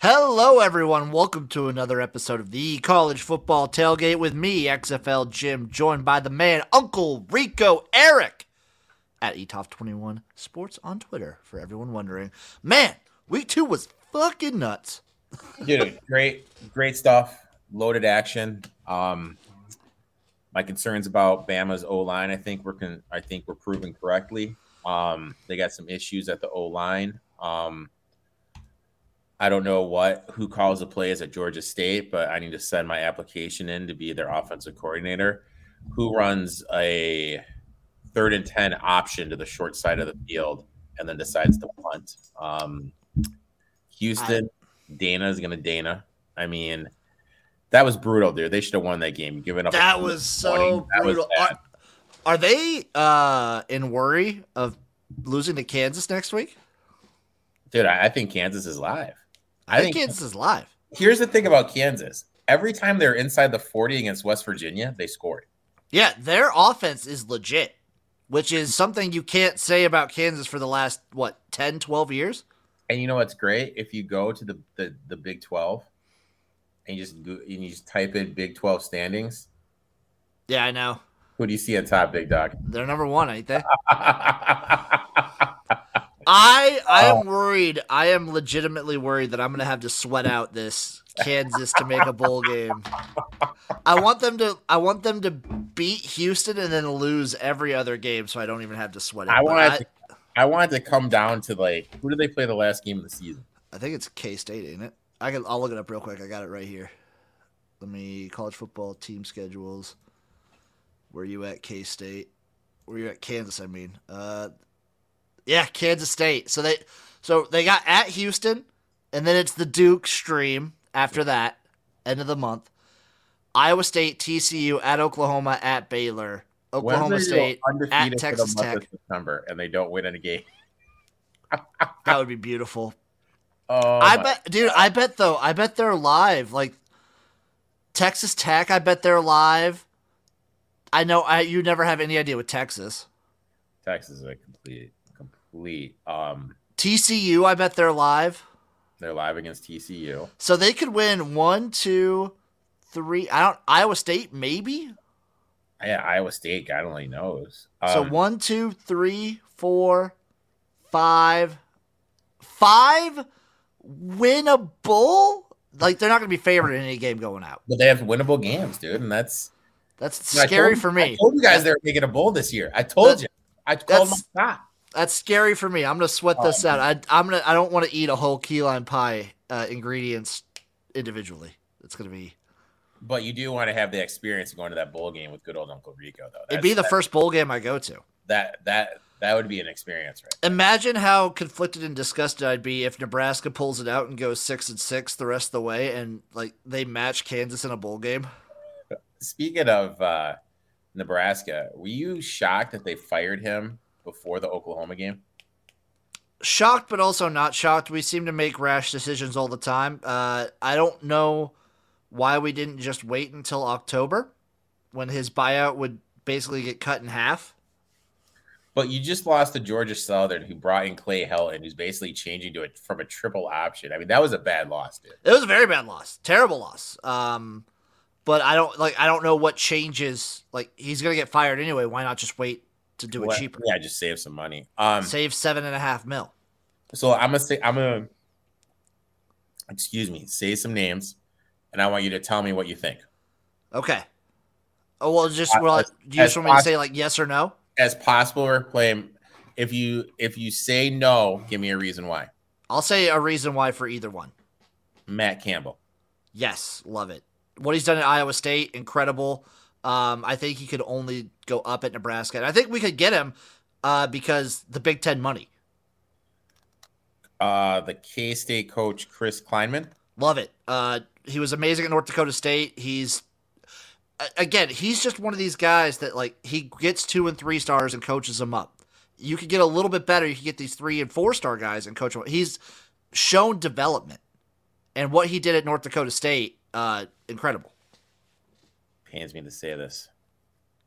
Hello, everyone. Welcome to another episode of the College Football Tailgate with me, XFL Jim, joined by the man, Uncle Rico Eric, at E ETOF21 Sports on Twitter, for everyone wondering. Man, week two was fucking nuts. Dude, great, great stuff. Loaded action. Um, my concerns about Bama's O line, I think we're con- I think we're proven correctly. Um, they got some issues at the O line. Um, I don't know what who calls the plays at Georgia State, but I need to send my application in to be their offensive coordinator. Who runs a third and ten option to the short side of the field and then decides to punt? Um, Houston, Dana is going to Dana. I mean, that was brutal, dude. They should have won that game. Giving up That was so 20. That was brutal. bad. are, are they uh, in worry of losing to Kansas next week? dude. I, I think Kansas is live. I, think Kansas is live. here's the thing about Kansas. Every time they're inside the 40 against West Virginia, they scored. Yeah, their offense is legit, which is something you can't say about Kansas for the last, what, 10, 12 years? And you know what's great? If you go to the the, the Big 12 and you just go, and you just type in Big 12 standings, Yeah, I know. who do you see on top, Big Dog? They're number one, ain't they? I I am worried. I am legitimately worried that I'm gonna have to sweat out this Kansas to make a bowl game. I want them to I want them to beat Houston and then lose every other game so I don't even have to sweat it. I But wanted to, I wanted to come down to like who did they play the last game of the season? I think it's K State, ain't it? I can I'll look it up real quick. I got it right here. Let me college football team schedules. Where you at K State? Where you at Kansas? I mean, uh, yeah, Kansas State. So they so they got at Houston, and then it's the Duke stream after that. End of the month. Iowa State, TCU at Oklahoma, at Baylor, When Oklahoma they go State. undefeated for the Texas month of Tech. September and they don't win any game. That would be beautiful. Oh, I my- bet, dude. I bet though. I bet they're live. Like Texas Tech. I bet they're live. I know. I you never have any idea with Texas. Texas is a complete complete um TCU. I bet they're live. they're live against TCU. So they could win one, two, three. I don't. Iowa State maybe. Yeah, Iowa State, God only knows. so Um, one, two, three, four, five, five. Win a bowl. Like they're not going to be favored in any game going out. but they have winnable games, dude, and that's That's and I scary told- for I me. told you guys they were making a bowl this year. I told That- you. I called my that's- shot. That's scary for me. I'm gonna sweat this out. I I'm gonna I don't want to eat a whole key lime pie uh, ingredients individually. It's gonna be But you do want to have the experience of going to that bowl game with good old Uncle Rico, though. it'd be the That's- first bowl game I go to. that that that would be an experience, right? Imagine how conflicted and disgusted I'd be if Nebraska pulls it out and goes six and six the rest of the way, and like they match Kansas in a bowl game. Speaking of uh, Nebraska, were you shocked that they fired him before the Oklahoma game? Shocked, but also not shocked. We seem to make rash decisions all the time. Uh, I don't know why we didn't just wait until October when his buyout would basically get cut in half. But you just lost to Georgia Southern, who brought in Clay Helton, who's basically changing to it from a triple option. I mean, that was a bad loss, dude. It was a very bad loss, terrible loss. Um, but I don't like. I don't know what changes. Like he's gonna get fired anyway. Why not just wait to do it What- cheaper? Yeah, just save some money. Um, Save seven and a half mil. so I'm gonna say I'm gonna excuse me, say some names, and I want you to tell me what you think. Okay. Oh well, just Uh, well, as- do you just as want me to pos- say like yes or no? As possible or claim if you if you say no, give me a reason why. I'll say a reason why for either one. Matt Campbell. Yes, love it. What he's done at Iowa State, incredible. Um, I think he could only go up at Nebraska, and I think we could get him uh, because the Big Ten money. Uh the K State coach Chris Kleinman. Love it. Uh, he was amazing at North Dakota State. He's a- again, he's just one of these guys that like he gets two and three stars and coaches them up. You could get a little bit better. You could get these three and four star guys and coach them. He's shown development, and what he did at North Dakota State, uh, incredible. Pains me to say this.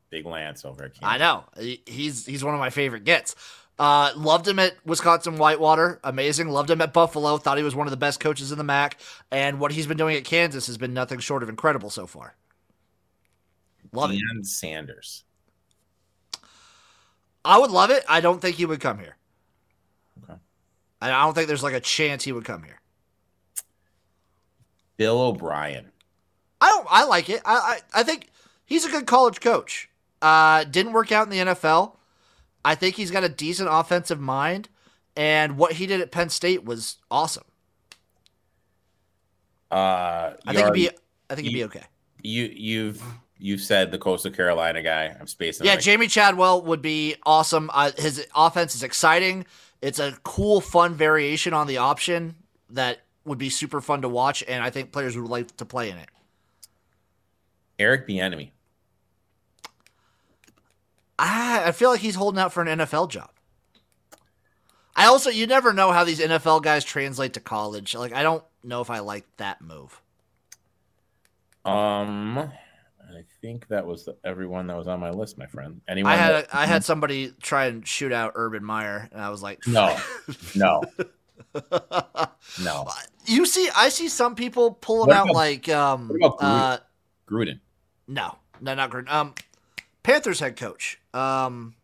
Big Lance over at I Campbell. know He- he's he's one of my favorite gets. Uh, loved him at Wisconsin Whitewater. Amazing. Loved him at Buffalo. Thought he was one of the best coaches in the MAC. And what he's been doing at Kansas has been nothing short of incredible so far. Love it. Deion Sanders. I would love it. I don't think he would come here. Okay. I I don't think there's like a chance he would come here. Bill O'Brien. I don't. I like it. I I, I think he's a good college coach. Uh, didn't work out in the NFL. I think he's got a decent offensive mind, and what he did at Penn State was awesome. Uh, I you think he'd already- be. I think he'd be okay. you you've you've said the Coastal Carolina guy. I'm spacing. Yeah, like, Jamie Chadwell would be awesome. Uh, his offense is exciting. It's a cool, fun variation on the option that would be super fun to watch, and I think players would like to play in it. Eric Bieniemy. I, I feel like he's holding out for an NFL job. I also, you never know how these NFL guys translate to college. Like, I don't know if I like that move. Oh. Um, I think that was the, everyone that was on my list, my friend. Anyone? I had that- a, I had somebody try and shoot out Urban Meyer, and I was like, no, no, no. you see, I see some people pulling What out about- like, um, what about Gruden? uh, Gruden, no, no, not Gruden. Um, Panthers head coach, um,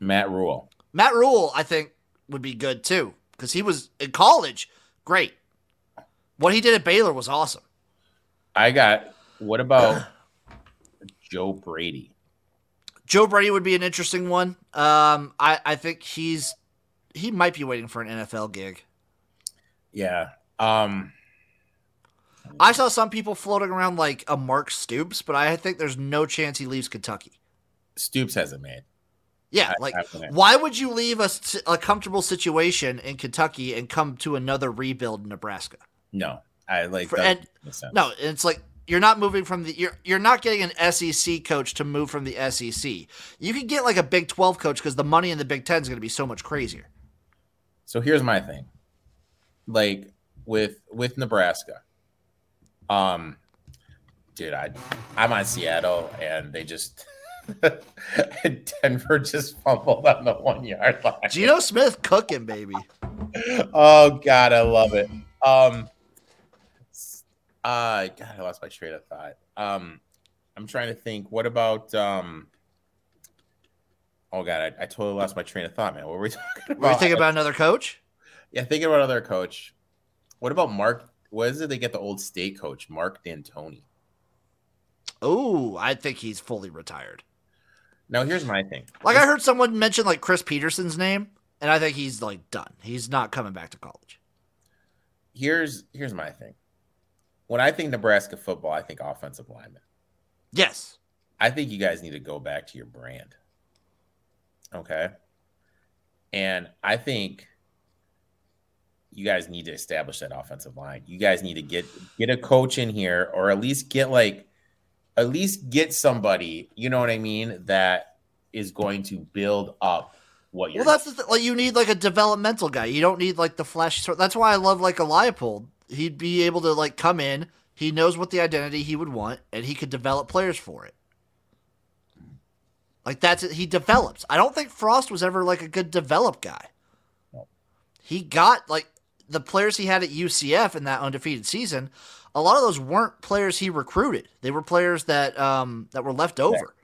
Matt Rule. Matt Rule, I think would be good too because he was in college, great. What he did at Baylor was awesome. I got. What about Joe Brady? Joe Brady would be an interesting one. Um, I, I think he's he might be waiting for an NFL gig. Yeah. Um. I saw some people floating around like a Mark Stoops, but I think there's no chance he leaves Kentucky. Stoops hasn't made. Yeah, I- like I wouldn't. why would you leave a, s- a comfortable situation in Kentucky and come to another rebuild in Nebraska? No, I like. For- that and- makes sense. No, it's like you're not moving from the you're you're not getting an SEC coach to move from the SEC. You could get like a Big 12 coach because the money in the Big 10 is going to be so much crazier. So here's my thing. Like with with Nebraska. Um dude, I I'm on Seattle and they just Denver just fumbled on the one yard line. Geno Smith cooking, baby. Oh god, I love it. Um uh god, I lost my train of thought. Um I'm trying to think what about um Oh god, I, I totally lost my train of thought, man. What were we talking about? Were you thinking about another coach? Yeah, thinking about another coach. What about Mark? What is it they get the old state coach, Mark D'Antoni? Oh, I think he's fully retired. Now, here's my thing. Like I heard someone mention like Chris Peterson's name, and I think he's like done. He's not coming back to college. Here's here's my thing. When I think Nebraska football, I think offensive lineman. Yes. I think you guys need to go back to your brand. Okay. And I think you guys need to establish that offensive line. You guys need to get get a coach in here or at least get like at least get somebody, you know what I mean, that is going to build up what you're Well, that's the th- like you need like a developmental guy. You don't need like the flash. Sort- that's why I love like a Leopold. He'd be able to like come in. He knows what the identity he would want, and he could develop players for it. Like that's it. He develops. I don't think Frost was ever like a good develop guy. No. He got like the players he had at UCF in that undefeated season. A lot of those weren't players he recruited. They were players that um that were left over.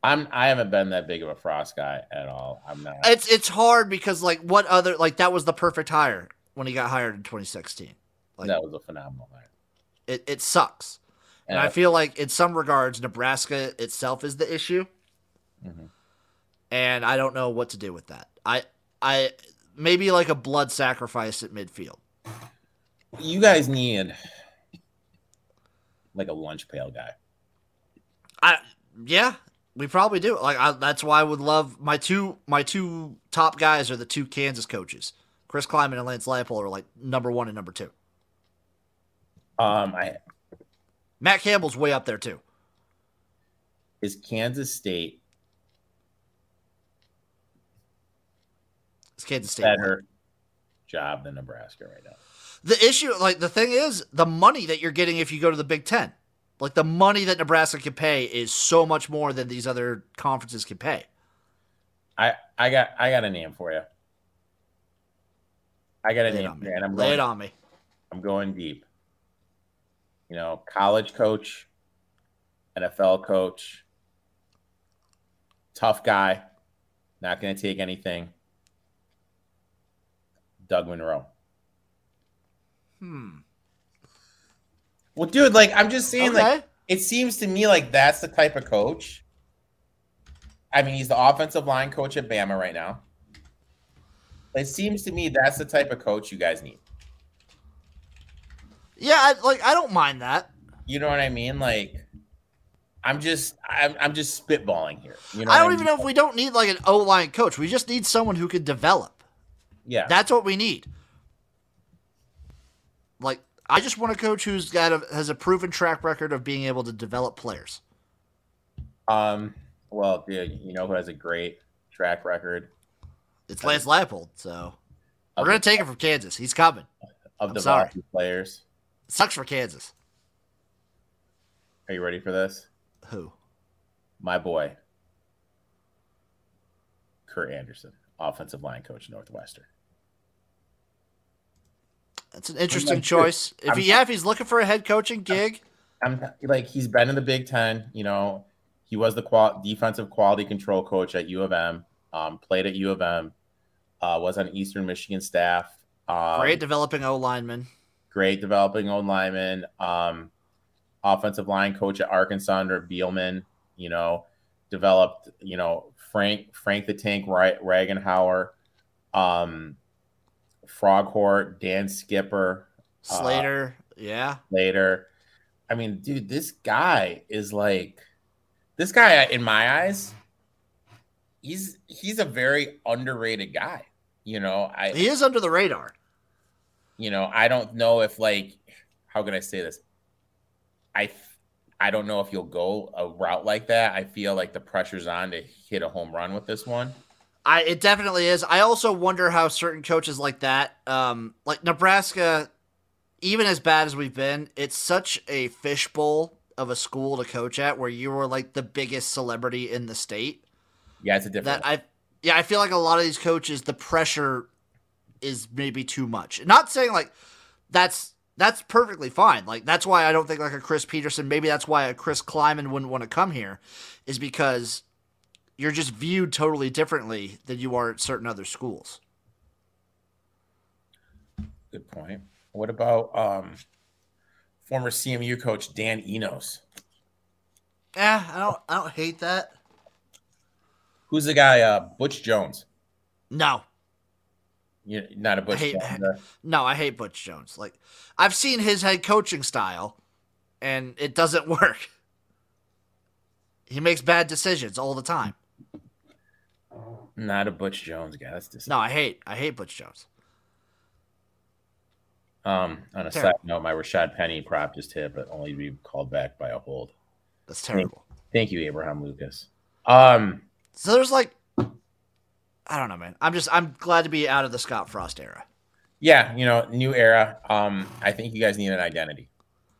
I'm I haven't been that big of a frost guy at all. I'm not it's it's hard because like what other like that was the perfect hire when he got hired in 2016. Like that was a phenomenal night. it, it sucks, and I feel like in some regards Nebraska itself is the issue, Mhm. and I don't know what to do with that. I I maybe like a blood sacrifice at midfield. you guys need like a lunch pail guy. I yeah we probably do. Like I, that's why I would love my two my two top guys are the two Kansas coaches. Chris Kleiman and Lance Leipold are like number one and number two. Um, I Matt Campbell's way up there too. is Kansas State It's Kansas State. better job than Nebraska right now. The issue, like the thing is, the money that you're getting if you go to the Big Ten, like the money that Nebraska can pay is so much more than these other conferences can pay. I I got I got a name for you. I got a Lay it name, on me. man. I'm Lay it going. on me. I'm going deep. You know, college coach, NFL coach, tough guy, not going to take anything. Doug Monroe. Hmm. Well, dude, like I'm just saying, like Okay. it seems to me like that's the type of coach. I mean, he's the offensive line coach at Bama right now. It seems to me that's the type of coach you guys need. Yeah, I, like I don't mind that. You know what I mean? Like, I'm just, I'm, I'm just spitballing here. You know, I what don't even know mean? if we don't need like an O line coach. We just need someone who can develop. Yeah, That's what we need. Like I just want a coach who's got a, has a proven track record of being able to develop players. Um, well, dude, you know who has a great track record It's I Lance just- Leipold, so we're of, gonna the, take it from Kansas. He's coming. of I'm the sorry. Vikings players? Sucks for Kansas. Are you ready for this? Who? My boy, Kurt Anderson, offensive line coach, Northwestern. That's an interesting like, dude, choice. If I'm- he, yeah, if he's looking for a head coaching gig, I'm like he's been in the Big Ten. You know, he was the qual- defensive quality control coach at U of M. Um, played at U of M. Uh, was on Eastern Michigan staff. Um, uh, great developing O lineman. great developing old lineman, um, offensive line coach at Arkansas under Bielman, you know, developed, you know, Frank, Frank the Tank, right, Ragenhauer, um, Froghort, Dan Skipper Slater, yeah. later. I mean, dude, this guy is like, this guy uh, in my eyes, he's, he's a very underrated guy. You know, I, He is under the radar. you know i don't know if like how can i say this i th- i don't know if you'll go a route like that i feel like the pressure's on to hit a home run with this one I it definitely is. I also wonder how certain coaches like that, um, like Nebraska, even as bad as we've been, it's such a fishbowl of a school to coach at where you were like the biggest celebrity in the state. yeah it's a different That I yeah, I feel like a lot of these coaches, the pressure is maybe too much. Not saying like that's that's perfectly fine. Like that's why I don't think like a Chris Peterson, maybe that's why a Chris Kleiman wouldn't want to come here, is because you're just viewed totally differently than you are at certain other schools. good point what about um former cmu coach dan enos Yeah, I don't I don't hate that. who's the guy uh butch jones No. you not a butch I hate- Jones, uh, No, I hate Butch Jones. Like I've seen his head coaching style and it doesn't work. He makes bad decisions all the time. not a butch jones guy that's just No, I hate I hate Butch Jones. um on a Terrible. side note my rashad penny prop just hit but only to be called back by a hold That's terrible. thank you abraham lucas um So there's like I don't know, man. I'm just I'm glad to be out of the Scott Frost era. Yeah, you know, new era. Um, I think you guys need an identity.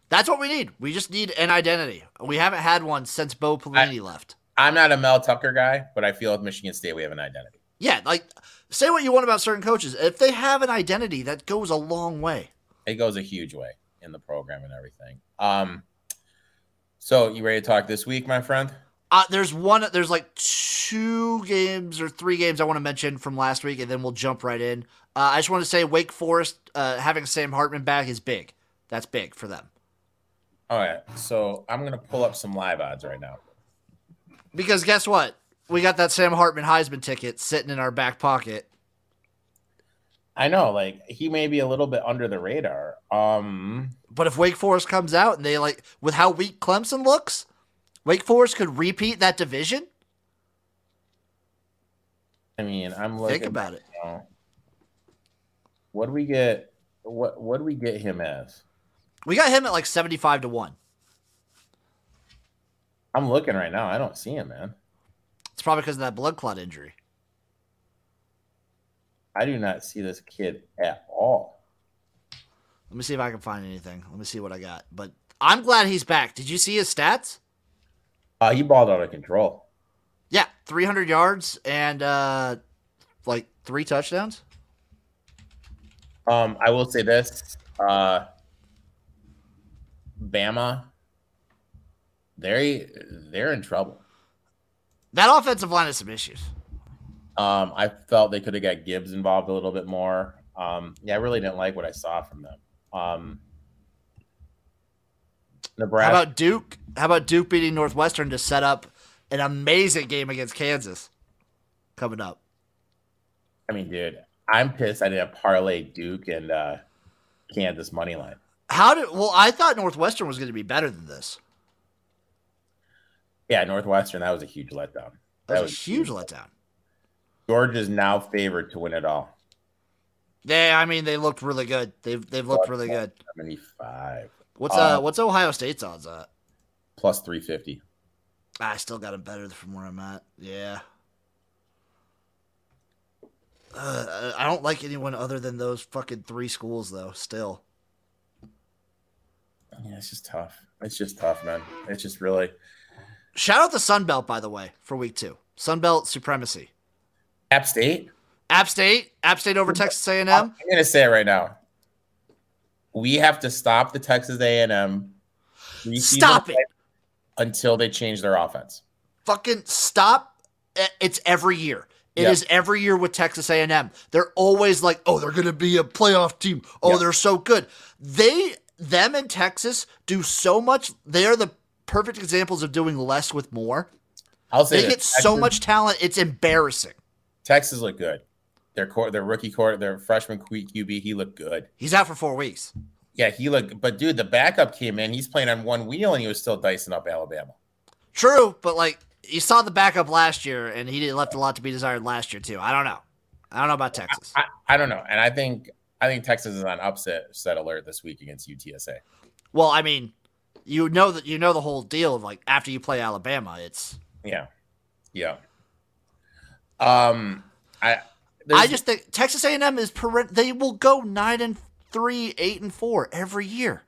That's what we need. We just need an identity. We haven't had one since Bo Pelini left. I'm not a Mel Tucker guy, but I feel with Michigan State we have an identity. Yeah, like say what you want about certain coaches. If they have an identity, that goes a long way. It goes a huge way in the program and everything. Um, so you ready to talk this week, my friend? Uh, there's one. There's like two games or three games I want to mention from last week, and then we'll jump right in. Uh, I just want to say Wake Forest uh, having Sam Hartman back is big. That's big for them. All right. So I'm gonna pull up some live odds right now. Because guess what? We got that Sam Hartman Heisman ticket sitting in our back pocket. I know, like he may be a little bit under the radar. Um, But if Wake Forest comes out and they like with how weak Clemson looks, Wake Forest could repeat that division. I mean, I'm looking. Think about it. you know, what do we get? What what do we get him as? We got him at like 75 to 1. I'm looking right now. I don't see him, man. It's probably because of that blood clot injury. I do not see this kid at all. Let me see if I can find anything. Let me see what I got. But I'm glad he's back. Did you see his stats? Uh, he balled out of control. Yeah. 300 yards and uh, like three touchdowns. Um, I will say this: uh, Bama, they they're in trouble. That offensive line has some issues. Um, I felt they could have got Gibbs involved a little bit more. Um, yeah, I really didn't like what I saw from them. Um, Nebraska. How about Duke? How about Duke beating Northwestern to set up an amazing game against Kansas coming up? I mean, dude, I'm pissed. I didn't parlay Duke and uh, Kansas money line. How did? Well, I thought Northwestern was going to be better than this. Yeah, Northwestern. That was a huge letdown. That, was, a huge, letdown. Georgia's now favored to win it all. They, I mean, they looked really good. They've they've looked really good. Seventy-five What's uh, what's Ohio State's odds at? Ah, plus three fifty. I still got them better from where I'm at. Yeah. Uh, I I don't like anyone other than those fucking three schools though. Still, Yeah, it's just tough. It's just tough, man. It's just really shout out the Sun Belt by the way for week two. Sun Belt supremacy. App State. App State, App State over Texas I'm A&M. gonna say it right now. We have to stop the Texas A and M. Stop it. until they change their offense. fucking stop I- it's every year It is Yeah. every year with texas a&m they're always like oh they're gonna be a playoff team oh Yeah. they're so good they them and texas do so much they are the perfect examples of doing less with more I'll say they this, get so Texas- much talent it's embarrassing Texas looked good. Their core, their rookie core, their freshman Q- QB, he looked good. he's out for four weeks Yeah, he looked. But dude, the backup came in. He's playing on one wheel, and he was still dicing up Alabama. true but like you saw the backup last year and he left a lot to be desired last year too i don't know i don't know about texas I, I don't know, and I think I think Texas is on upset set alert this week against UTSA. well i mean you know that you know the whole deal of like after you play alabama it's Yeah, yeah. Um, I I there's- just think Texas A&M is parent. They will go nine and three, eight and four every year.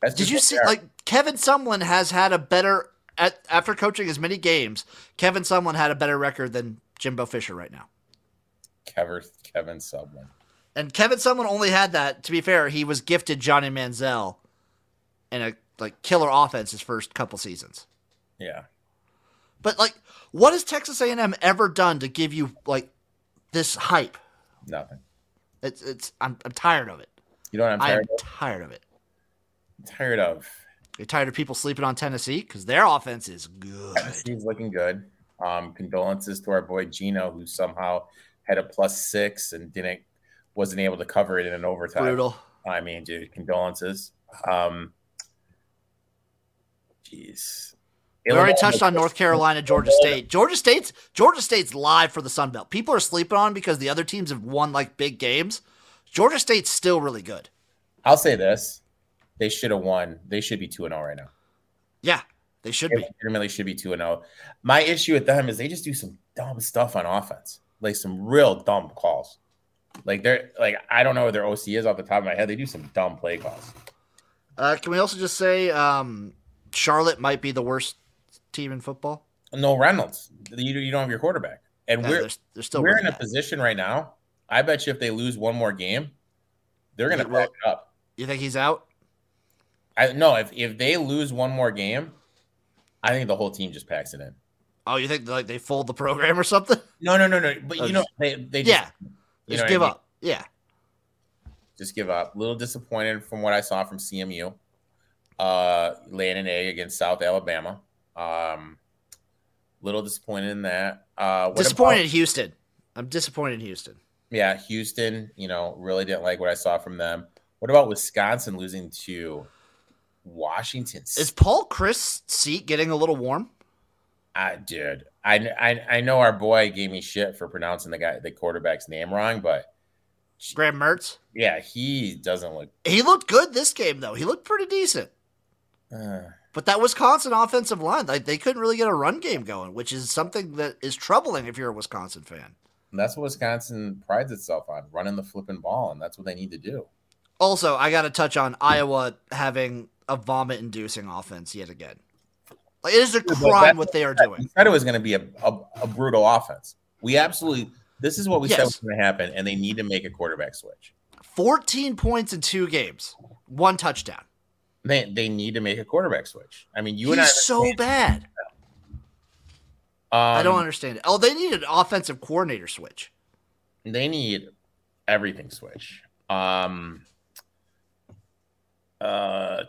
that's Did just you what see? they are. Like Kevin Sumlin has had a better at, after coaching as many games. Kevin Sumlin had a better record than Jimbo Fisher right now. Kevin Kevin Sumlin? And Kevin Sumlin only had that. To be fair, he was gifted Johnny Manziel and a like killer offense his first couple seasons. Yeah, But like, what has Texas A&M ever done to give you like this hype? nothing. It's it's. I'm I'm tired of it. You know what I'm I'm tired, tired of it. of? tired of? You're tired of people sleeping on Tennessee because their offense is good. Tennessee's looking good. Um, condolences to our boy Gino, who somehow had a plus six and didn't wasn't able to cover it in an overtime. Brutal. I mean, dude, condolences. Um, jeez. We already touched on North Carolina, Georgia State. Georgia State's Georgia State's live for the Sun Belt. People are sleeping on because the other teams have won like big games. Georgia State's still really good. I'll say this: they should have won. They should be two and zero right now. Yeah, they should They be. legitimately should be two and zero. My issue with them is they just do some dumb stuff on offense, like some real dumb calls. Like they're like I don't know where their OC is off the top of my head. They do some dumb play calls. Uh, can we also just say um, Charlotte might be the worst team in football? No Reynolds. You, you don't have your quarterback. And Yeah, we're they're, they're still we're really in a bad. position right now. I bet you if they lose one more game, they're Is gonna it real- pack it up. You think he's out? I no, if if they lose one more game, I think the whole team just packs it in. Oh, you think like they fold the program or something? No, no, no, no. But Oh, you know, they they just, yeah, you just know give what I mean? up. Yeah, Just give up. A little disappointed from what I saw from CMU. Uh laying an egg against South Alabama. Um little disappointed in that. Uh what disappointed about- Houston. I'm disappointed in Houston. yeah, Houston, you know, really didn't like what I saw from them. What about Wisconsin losing to Washington Is Paul Chris seat getting a little warm? I dude, I, I I know our boy gave me shit for pronouncing the guy the quarterback's name wrong, but Graham Mertz. yeah, he doesn't look. He looked good this game though. He looked pretty decent. Uh, But that Wisconsin offensive line, like they couldn't really get a run game going, which is something that is troubling if you're a Wisconsin fan. that's what Wisconsin prides itself on, running the flipping ball, and that's what they need to do. Also, I got to touch on Iowa having a vomit-inducing offense yet again. Like it is a crime what they are doing. We said it was going to be a, a, a brutal offense. We absolutely this is what we said Yes. was going to happen, and they need to make a quarterback switch. 14 points in two games, one touchdown. They they need to make a quarterback switch. I mean, you and I. He's so bad. I Um, don't understand it. Oh, they need an offensive coordinator switch. They need everything switch. Um. Uh.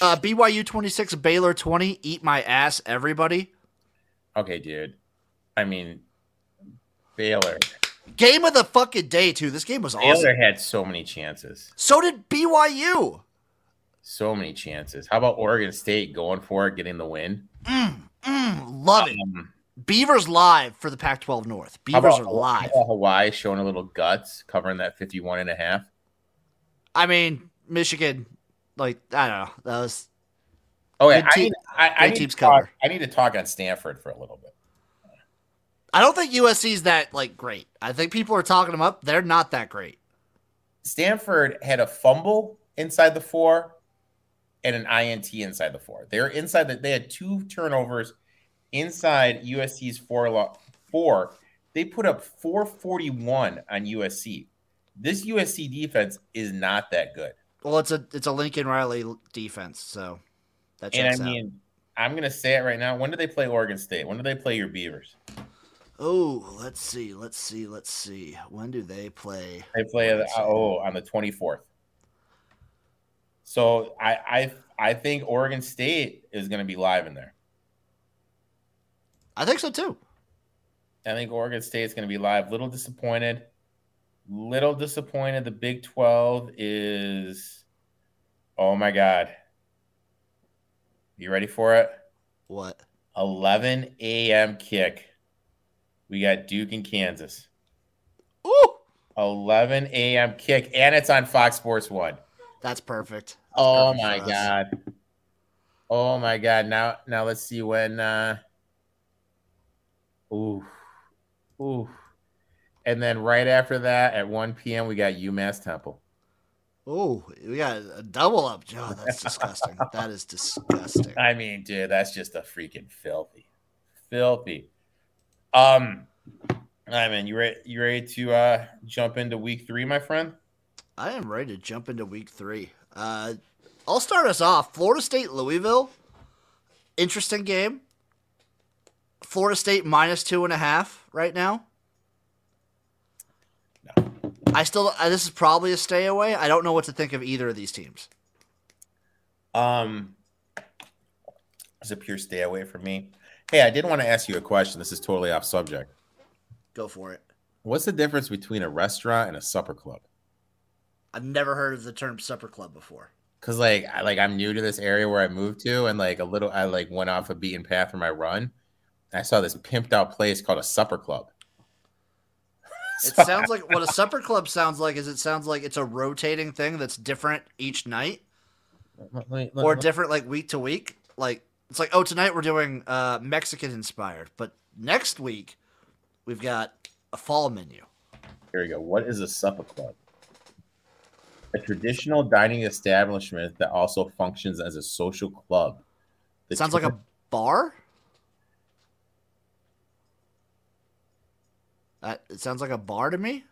Uh, BYU 26, Baylor 20. Eat my ass, everybody. okay, dude. I mean, Baylor. Game of the fucking day, too. This game was awesome. Baylor had so many chances. So did BYU. So many chances. How about Oregon State going for it, getting the win? Mm, mm, love it. Um, Beavers live for the Pac 12 North. How Beavers about- are live. how about Hawaii showing a little guts, covering that 51 and a half. I mean, Michigan, like, I don't know. That was. Oh, yeah, Good I, team- need, I, I, good need teams to talk, cover. I need to talk on Stanford for a little bit. I don't think USC's that, like, great. I think people are talking them up. They're not that great. Stanford had a fumble inside the four and an INT inside the four. They're inside that they had two turnovers inside USC's four lo- four. They put up 441 on USC. This USC defense is not that good. Well, it's a it's a Lincoln Riley defense, so that And checks I out. mean, I'm gonna say it right now. When do they play Oregon State? When do they play your Beavers? Oh, let's see, let's see, let's see. When do they play? They play uh, oh on the 24th. So I I I think Oregon State is going to be live in there. I think so too. I think Oregon State's going to be live. Little disappointed. Little disappointed. The Big 12 is oh my god. You ready for it? What? 11 a.m. kick. We got Duke and Kansas. Ooh, 11 a.m. kick, and it's on Fox Sports One. that's perfect. Oh perfect my for us. god. Oh my god. Now now let's see when uh ooh. Ooh. And then right after that at 1 p.m. we got UMass Temple. Ooh, we got a double up. Oh, that's disgusting. that is disgusting. I mean, dude, that's just a freaking filthy. Filthy. Um I mean, you ready you ready to uh jump into week three, my friend? I am ready to jump into week three. Uh, I'll start us off. Florida State, Louisville. Interesting game. Florida State minus two and a half right now. I still, I, this is probably a stay away. I don't know what to think of either of these teams. Um, it's a pure stay away from me. Hey, I did want to ask you a question. This is totally off subject. Go for it. What's the difference between a restaurant and a supper club? I've never heard of the term supper club before. Cause like I like I'm new to this area where I moved to, and like a little I like went off a beaten path for my run. I saw this pimped out place called a supper club. It So sounds like what a supper club sounds like is it sounds like it's a rotating thing that's different each night Let me- let- or let- different like week to week. Like it's like oh tonight we're doing uh Mexican inspired, but next week we've got a fall menu. Here we go. What is a supper club? A traditional dining establishment that also functions as a social club. The sounds like term- a bar. That it sounds like a bar to me.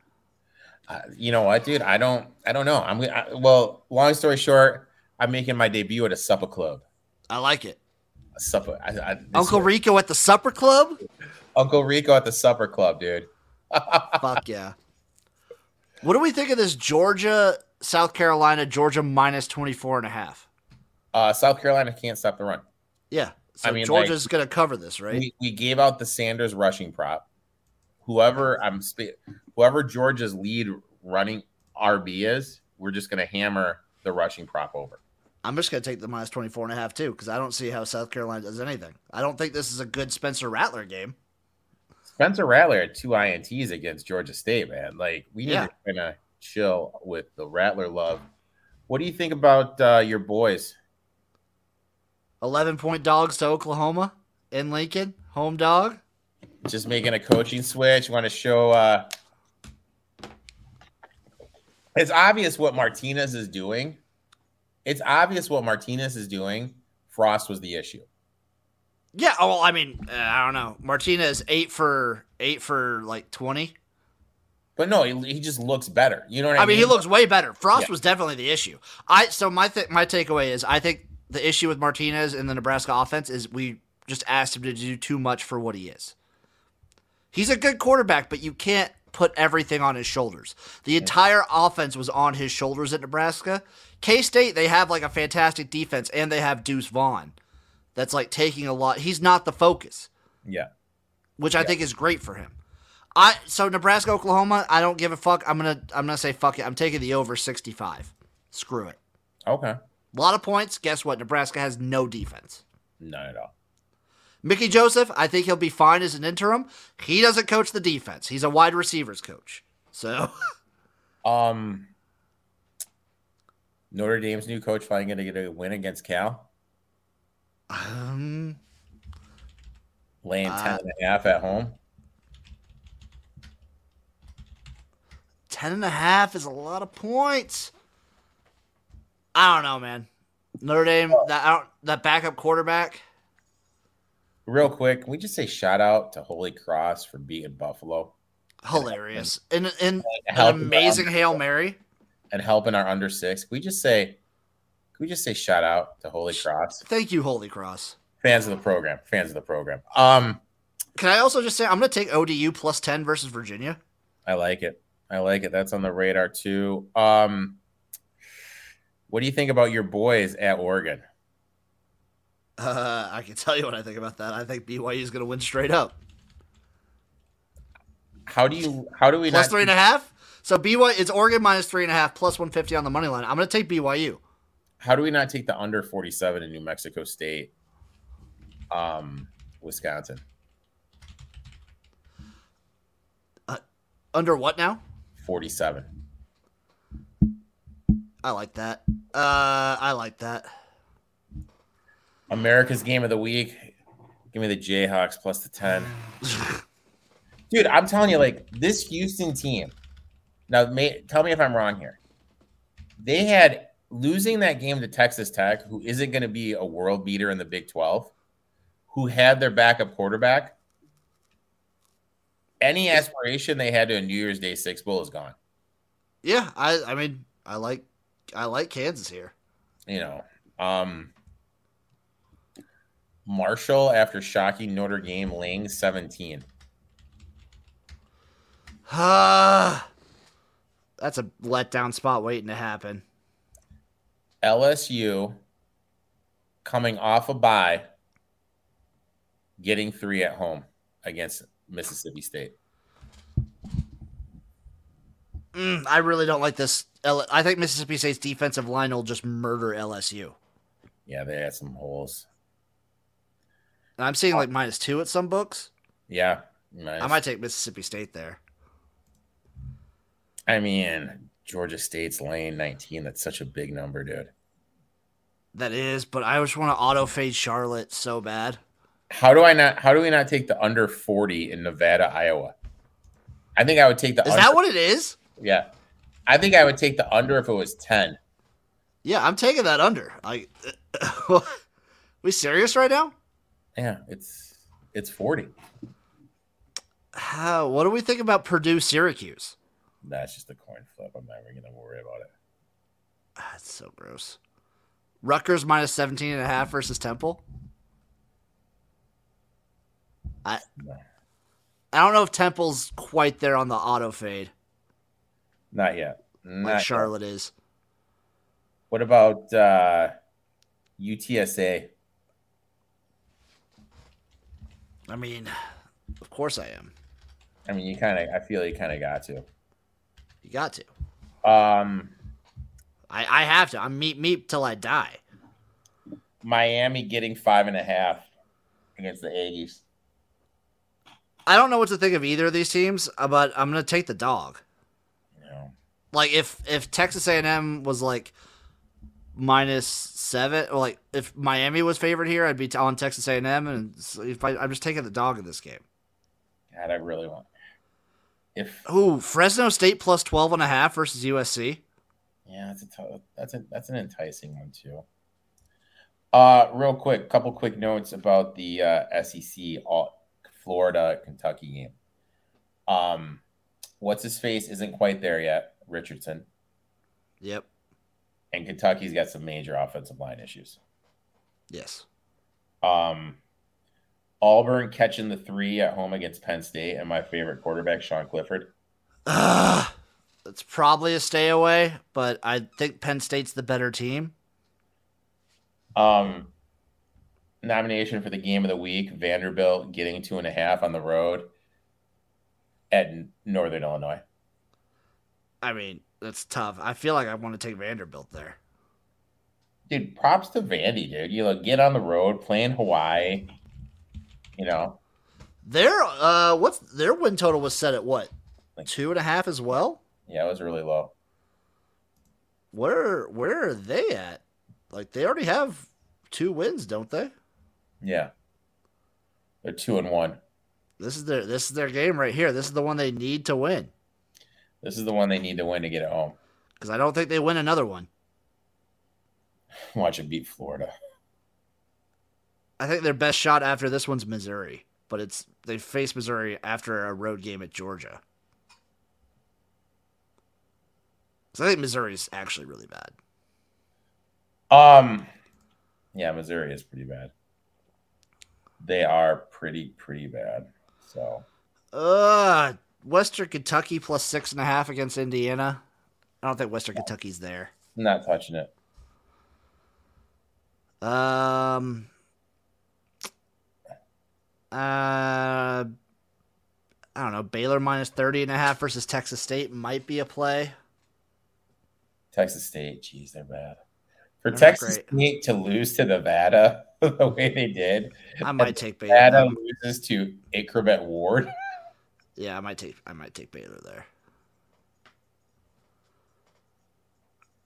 Uh, you know what, dude? I don't. I don't know. I'm. I, well, long story short, I'm making my debut at a supper club. I like it. A supper. I, I, this Uncle is- Rico at the supper club. Uncle Rico at the supper club, dude. Fuck yeah. What do we think of this Georgia, South Carolina, Georgia minus 24 and a half? Uh, South Carolina can't stop the run. Yeah. So I mean, Georgia's going to cover this, right? We, we gave out the Sanders rushing prop. Whoever I'm, sp- whoever Georgia's lead running RB is, we're just gonna hammer the rushing prop over. I'm just going to take the minus 24 and a half too because I don't see how South Carolina does anything. I don't think this is a good Spencer Rattler game. Spencer Rattler had two ints against Georgia State, man. Like we need Yeah. to kind of chill with the Rattler love. What do you think about uh, your boys? 11 point dogs to Oklahoma in Lincoln, home dog. Just making a coaching switch. Want to show? Uh... It's obvious what Martinez is doing. It's obvious what Martinez is doing. Frost was the issue. Yeah. oh, Well, I mean, uh, I don't know. Martinez eight for eight for like twenty. But no, he, he just looks better. You know what I, I mean, he looks way better. Frost Yeah. was definitely the issue. I so my th- my takeaway is I think the issue with Martinez and the Nebraska offense is we just asked him to do too much for what he is. He's a good quarterback, but you can't put everything on his shoulders. The entire offense was on his shoulders at Nebraska. K State, they have like a fantastic defense and they have Deuce Vaughn. That's like taking a lot. He's not the focus Yeah. which I think is great for him. I so Nebraska Oklahoma, I don't give a fuck. I'm gonna I'm gonna say fuck it. I'm taking the over 65. Screw it. Okay. A lot of points. Guess what? Nebraska has no defense. None at all. Mickey Joseph, I think he'll be fine as an interim. He doesn't coach the defense. He's a wide receivers coach. So Um, Notre Dame's new coach finally going to get a win against Cal. um, laying ten and a Uh, half at home. 10 and a half is a lot of points. I don't know, man. Notre Dame, that I don't, that backup quarterback. Real quick, can we just say shout out to Holy Cross for beating Buffalo Hilarious. And, and an Helping amazing them Hail Mary. and helping our under six. Can we just say, can we just say shout out to Holy Cross Thank you, Holy Cross. fans of the program, fans of the program. Um, Can I also just say I'm going to take ODU plus ten versus Virginia? I like it. I like it. That's on the radar too. Um, what do you think about your boys at Oregon? Uh, I can tell you what I think about that. I think BYU is going to win straight up How do you? How do we plus not? three and a half. So BYU it's Oregon minus three and a half plus one fifty on the money line. I'm going to take BYU. How do we not take the under forty-seven in New Mexico State, um, Wisconsin? Under what now? Forty-seven. I like that. Uh, I like that. America's game of the week. Give me the Jayhawks plus the 10. Dude, I'm telling you, like this Houston team. Now, may, tell me if I'm wrong here. They had losing that game to Texas Tech, who isn't going to be a world beater in the Big 12, who had their backup quarterback. Any aspiration they had to a New Year's Day Six Bowl is gone. Yeah, I I mean I like I like Kansas here. you know, um, Marshall after shocking Notre Dame laying 17. Uh, that's a letdown spot waiting to happen. LSU coming off a bye, getting three at home against Mississippi State. Mm, I really don't like this. L- I think Mississippi State's defensive line will just murder LSU. Yeah, they had some holes. And I'm seeing like minus two at some books. Yeah. nice. I might take Mississippi State there. I mean, Georgia State's laying 19. That's such a big number, dude. That is, but I just want to auto fade Charlotte so bad. How do I not? How do we not take the under 40 in Nevada, Iowa? I think I would take the Is under. that what it is? Yeah. I think I would take the under if it was 10. Yeah, I'm taking that under. I, we serious right now? Yeah, it's it's 40. How, what do we think about Purdue Syracuse? That's just a coin flip. I'm never going to worry about it. Ah, That's so gross. Rutgers minus 17 and a half versus Temple. I No. I don't know if Temple's quite there on the auto fade Not yet. Not like yet. Charlotte is. What about uh UTSA? I mean, of course I am. I mean, you kind of I feel you kind of got to. You got to. Um I, I have to. I'm meep meep till I die. Miami getting five and a half against the 80s. I don't know what to think of either of these teams, uh, but I'm gonna take the dog. You know, Like if if Texas A&M was like minus seven, or like if Miami was favored here, I'd be t- on Texas A&M, and s- if I, I'm just taking the dog in this game. God, I really want. If Ooh, Fresno State plus 12 and a half versus USC. yeah, that's a tough, that's a that's an enticing one too. Uh, real quick, couple quick notes about the uh, SEC all Florida Kentucky game. Um, what's his face isn't quite there yet, Richardson, Yep. and Kentucky's got some major offensive line issues. Yes. Um, Auburn catching the three at home against Penn State, and my favorite quarterback, Sean Clifford. Uh, it's probably a stay away, but I think Penn State's the better team. Um, nomination for the game of the week: Vanderbilt getting two and a half on the road at Northern Illinois. I mean, that's tough. I feel like I want to take Vanderbilt there. Dude, props to Vandy, dude. You know, get on the road, play in Hawaii. You know, Their uh, what's their win total was set at what Like- two and a half as well. yeah, it was really low. Where where are they at? Like they already have two wins, don't they? Yeah, they're two and one. This is their this is their game right here. This is the one they need to win This is the one they need to win to get it home. because I don't think they win another one. Watch it beat Florida. I think their best shot after this one's Missouri, but it's they face Missouri after a road game at Georgia. So I think Missouri's actually really bad. Um, yeah, Missouri is pretty bad. They are pretty pretty bad. So Uh Western Kentucky plus six and a half against Indiana. I don't think Western Kentucky's there. not touching it. Um uh I don't know, Baylor minus 30 and a half versus Texas State might be a play. Texas State, geez, they're bad. For They're not Texas great. State to lose to Nevada the way they did, I might take Baylor. Nevada loses to Acrobat Ward. Yeah, I might take I might take Baylor there.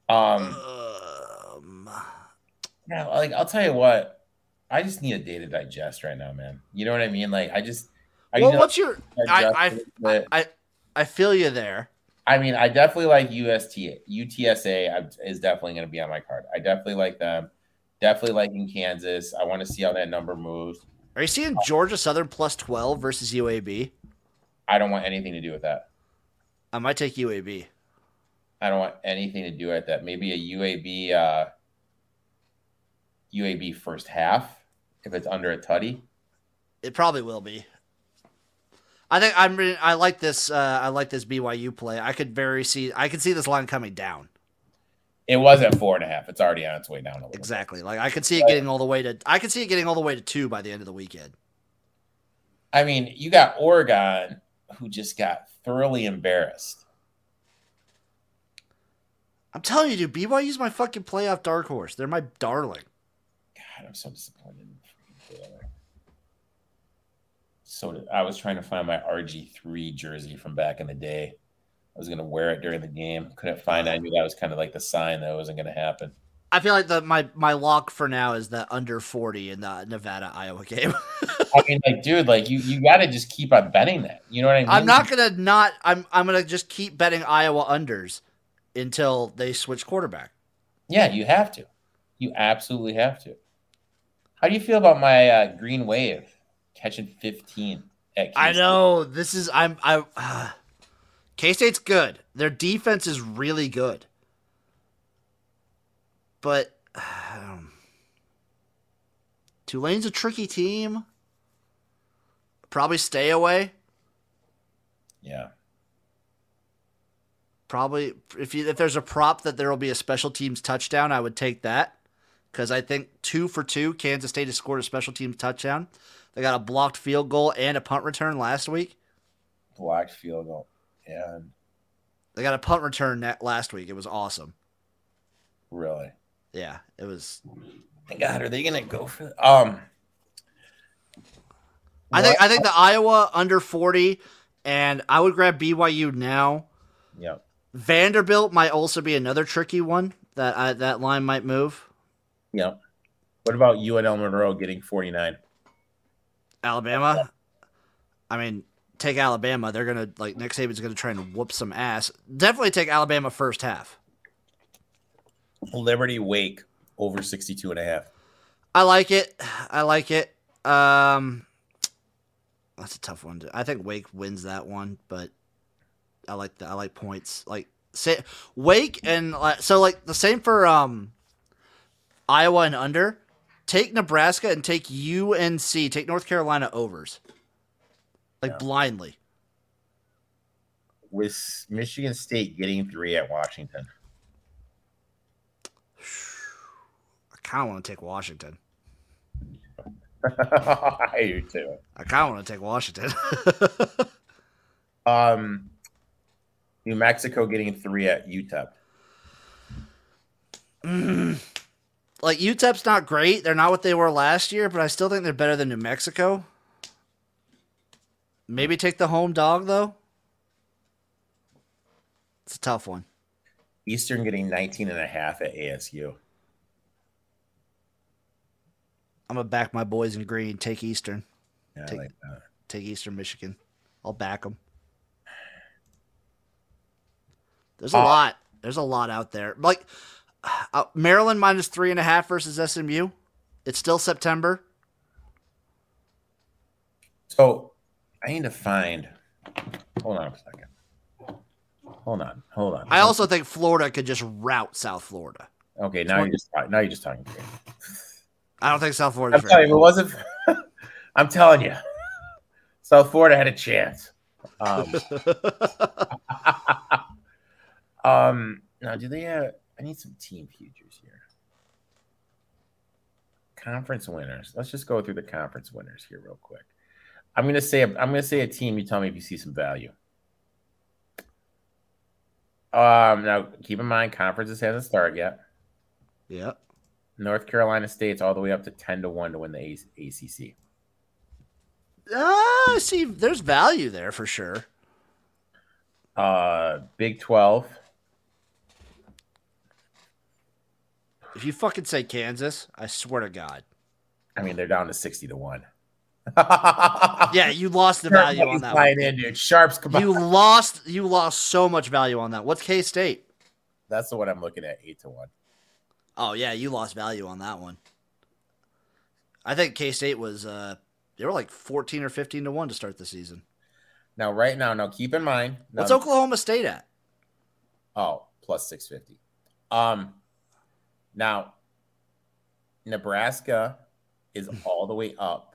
Um, Um, yeah, like I'll tell you what, I just need a day to digest right now, man. You know what I mean? Like I just, I well, need to what's your? I, digest I, it, I, but- I, I feel you there. I mean, I definitely like UST UTSA I'm- is definitely going to be on my card. I definitely like them. Definitely liking Kansas. I want to see how that number moves. Are you seeing Georgia Southern plus twelve versus UAB? I don't want anything to do with that. I might take UAB. I don't want anything to do with that. Maybe a UAB uh, UAB first half if it's under a tutty. It probably will be. I think I'm. re- I like this. Uh, I like this BYU play. I could very see. I could see this line coming down. It was at four and a half. It's already on its way down a little. bit. Exactly. Like I could see it Right. getting all the way to. I could see it getting all the way to two by the end of the weekend. I mean, you got Oregon who just got thoroughly embarrassed. I'm telling you, dude. BYU's my fucking playoff dark horse. They're my darling. God, I'm so disappointed. in freaking Baylor. So did- I was trying to find my RG3 jersey from back in the day. I was gonna wear it during the game. Couldn't find. it. I knew that was kind of like the sign that it wasn't gonna happen. I feel like the my my lock for now is the under forty in the Nevada Iowa game. I mean, like, dude, like you, you gotta just keep on betting that. You know what I mean? I'm not gonna not. I'm I'm gonna just keep betting Iowa unders until they switch quarterback. Yeah, you have to. You absolutely have to. How do you feel about my uh, green wave catching 15 at? I K-State? know this is. I'm. I. Uh, K State's good. Their defense is really good. But um, Tulane's a tricky team. Probably stay away. Yeah. probably if you if there's a prop that there will be a special teams touchdown, I would take that because I think two for two, Kansas State has scored a special teams touchdown. They got a blocked field goal and a punt return last week. Blocked field goal. And They got a punt return net last week. It was awesome. really. Yeah, it was. God, are they gonna go for um? I think I think the Iowa under forty, and I would grab BYU now. Yeah, Vanderbilt might also be another tricky one that I, that line might move. yeah. What about UNL Monroe getting forty nine? Alabama. I mean, take Alabama. They're gonna like Nick Saban's gonna try and whoop some ass. Definitely take Alabama first half. Liberty Wake over 62 and a half. I like it. I like it. Um, that's a tough one. To, I think Wake wins that one, but I like the I like points. Like say, Wake and like, so like the same for um Iowa and under. Take Nebraska and take UNC. Take North Carolina overs. Like Yeah. blindly. With Michigan State getting three at Washington. I kind of want to take Washington. I do too. I kind of want to take Washington. Um, New Mexico getting three at E UTEP. Mm. like UTEP's not great. They're not what they were last year, but I still think they're better than New Mexico. Maybe take the home dog though. It's a tough one. Eastern getting 19 and a half at ASU. I'm gonna back my boys in green. Take Eastern. Yeah, I Take- like that. Take Eastern Michigan. I'll back them. There's a Uh, lot. There's a lot out there. Like uh, Maryland minus three and a half versus SMU. It's still September. So I need to find. Hold on a second. Hold on. Hold on. I also think Florida could just rout South Florida. okay. Now you're just now you're just talking. to me. I don't think South Florida. I'm telling you, if it wasn't. for- I'm telling you, South Florida had a chance. Um, um now do they have i need some team futures here conference winners let's just go through the conference winners here real quick i'm gonna say i'm gonna say a team you tell me if you see some value um now keep in mind conferences hasn't started yet yeah. north carolina state's all the way up to 10 to 1 to win the A- acc Ah, see, there's value there for sure. uh big 12 If you fucking say Kansas, I swear to God. i mean they're down to 60 to 1 Yeah, you lost the value on that one. Flying in, dude. Sharps, come on. You lost you lost so much value on that. What's K State? That's the one I'm looking at, eight to one. Oh yeah, you lost value on that one. I think K State was uh they were like fourteen or fifteen to one to start the season. Now, right now, now keep in mind. Now, What's Oklahoma State at? Oh, plus six fifty. Um, now Nebraska is all the way up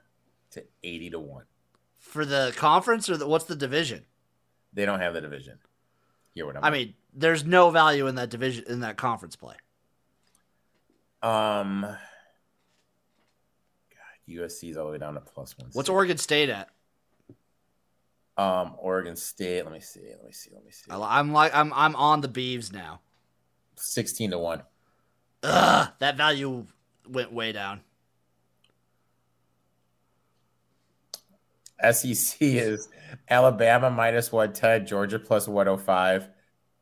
to eighty to one. For the conference or the, what's the division? They don't have the division. Hear what I'm. I mean, there's no value in that division in that conference play. um, God, USC's all the way down to plus one. What's Oregon State at? um Oregon State? Let me see. Let me see. Let me see. I li- I'm like I'm I'm on the Beavs now. Sixteen to one. Ugh, that value went way down. SEC E is Alabama minus 110, Georgia plus 105,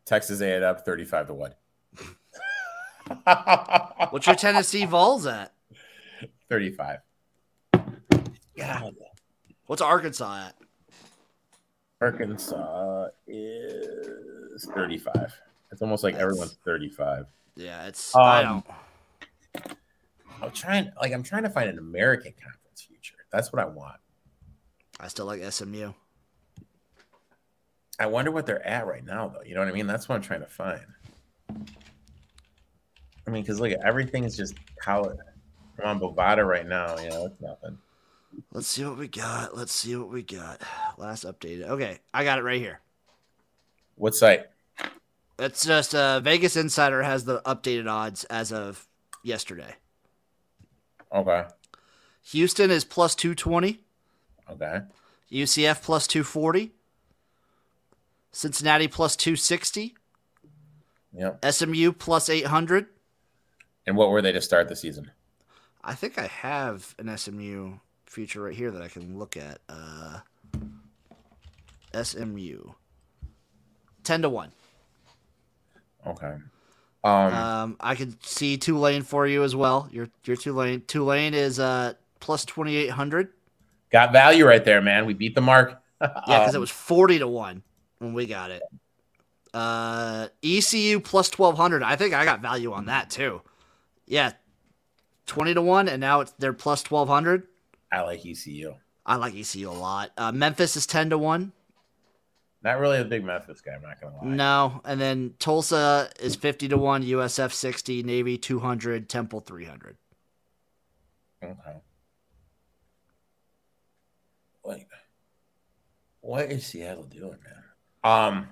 Texas A&M 35 to 1. What's your Tennessee Vols at? 35. God. What's Arkansas at? Arkansas is 35. It's almost like That's- everyone's 35. Yeah, it's I Um, don't. I'm trying like I'm trying to find an American conference future. That's what I want. I still like SMU. I wonder what they're at right now though. You know what I mean? That's what I'm trying to find. I mean, because look, everything is just college. I'm on Bovada right now. You know, it's nothing. Let's see what we got. Let's see what we got. Last updated. Okay, I got it right here. What site? It's just uh, Vegas Insider has the updated odds as of yesterday. Okay. Houston is plus two twenty. Okay. UCF plus 240. Cincinnati plus 260. Yep. SMU plus 800. And what were they to start the season? I think I have an SMU feature right here that I can look at. Uh, SMU. 10 to 1. Okay. Um, Um, I can see Tulane for you as well. Your your Tulane Tulane is uh plus 2800. got value right there, man. We beat the mark. Um, Yeah, cuz it was 40 to 1 when we got it. E Uh, ECU plus 1200. I think I got value on that too. Yeah. twenty to one, and now it's they're plus twelve hundred. I like E ECU. I like ECU a lot. Uh, Memphis is ten to one. Not really a big Memphis guy. I'm not gonna lie. No, and then Tulsa is fifty to one. USF sixty, Navy two hundred, Temple three hundred. Okay. Wait. What is Seattle doing, man? Um,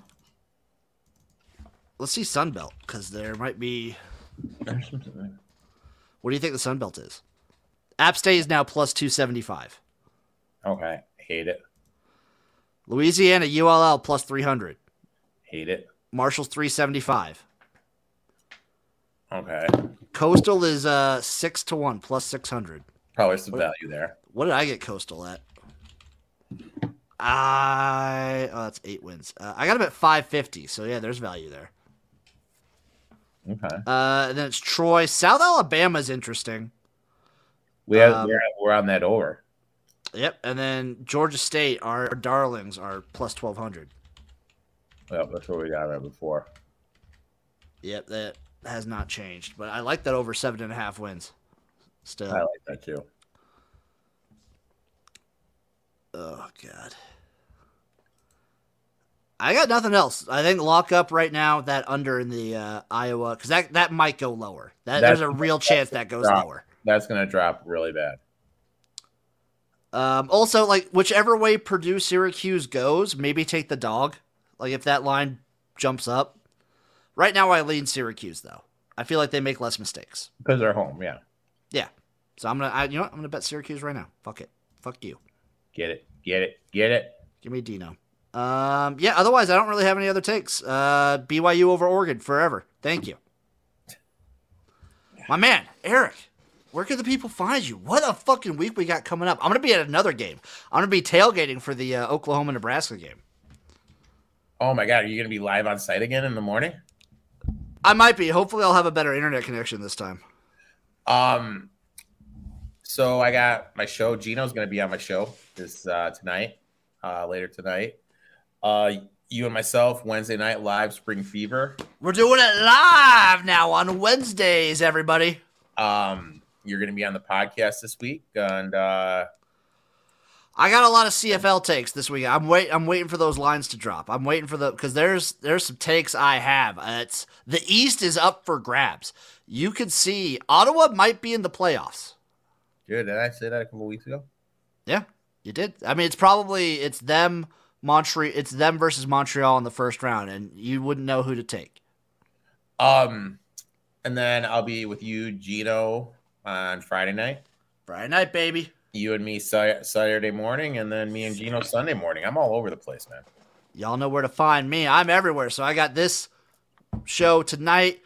Let's see Sunbelt because there might be. What do you think the Sunbelt is? App State is now plus two seventy five. okay. Hate it. Louisiana ULL plus three hundred. Hate it. Marshall's three seventy five. Okay. Coastal is uh six to one plus six hundred. Probably some value there. What did I get Coastal at? I oh that's eight wins. Uh, I got him at five fifty. So yeah, there's value there. Okay. Uh, and then it's Troy. South Alabama's interesting. We have, Um, we're, we're on that over. Yep. And then Georgia State, our darlings, are plus twelve hundred. Yep, that's what we got right before. Yep, that has not changed. But I like that over seven and a half wins. Still. I like that too. Oh god. I got nothing else. I think lock up right now that under in the uh, Iowa because that, that might go lower. That, That's- there's a real chance that goes Yeah. lower. That's gonna drop really bad. Um, also, like whichever way Purdue Syracuse goes, maybe take the dog. Like if that line jumps up. Right now, I lean Syracuse though. I feel like they make less mistakes. Because they're home, yeah. Yeah, so I'm gonna I, you know what? I'm gonna bet Syracuse right now. Fuck it. Fuck you. Get it. Get it. Get it. Give me Dino. Um, yeah, otherwise, I don't really have any other takes. Uh, BYU over Oregon forever. Thank you. My man, Eric, where can the people find you? What a fucking week we got coming up. I'm going to be at another game. I'm going to be tailgating for the uh, Oklahoma Nebraska game. Oh my god, are you gonna be live on site again in the morning? I might be. Hopefully, I'll have a better internet connection this time. Um so I got my show. Gino's gonna be on my show this uh tonight, uh later tonight. Uh you and myself, Wednesday night live spring fever. We're doing it live now on Wednesdays, everybody. Um you're gonna be on the podcast this week and uh I got a lot of CFL takes this week. I'm wait. I'm waiting for those lines to drop. I'm waiting for the because there's there's some takes I have. Uh, it's the East is up for grabs. You could see Ottawa might be in the playoffs. dude, did I say that a couple weeks ago? Yeah, you did. I mean, it's probably it's them Montreal. It's them versus Montreal in the first round, and you wouldn't know who to take. Um and then I'll be with you, Gino, on Friday night. Friday night, baby. You and me Sa- Saturday morning, and then me and Gino Sunday morning. I'm all over the place, man. Y'all know where to find me. I'm everywhere. So I got this show tonight.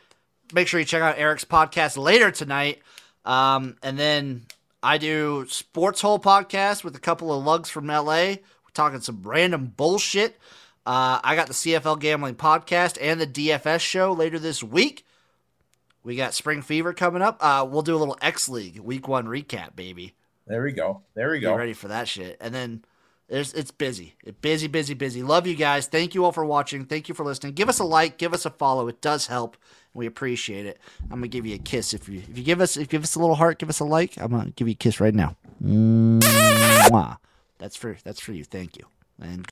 Make sure you check out Eric's podcast later tonight. Um, and then I do Sports Hole podcast with a couple of lugs from LA. We're talking some random bullshit. Uh, I got the CFL gambling podcast and the DFS show later this week. We got Spring Fever coming up. Uh, we'll do a little X League Week One recap, baby. There we go. There we Be go. ready for that shit. And then there's it's busy. It busy, busy, busy. Love you guys. Thank you all for watching. Thank you for listening. Give us a like, give us a follow. It does help. We appreciate it. I'm gonna give you a kiss if you if you give us if you give us a little heart, give us a like. I'm gonna give you a kiss right now. Mwah. That's for that's for you. Thank you. And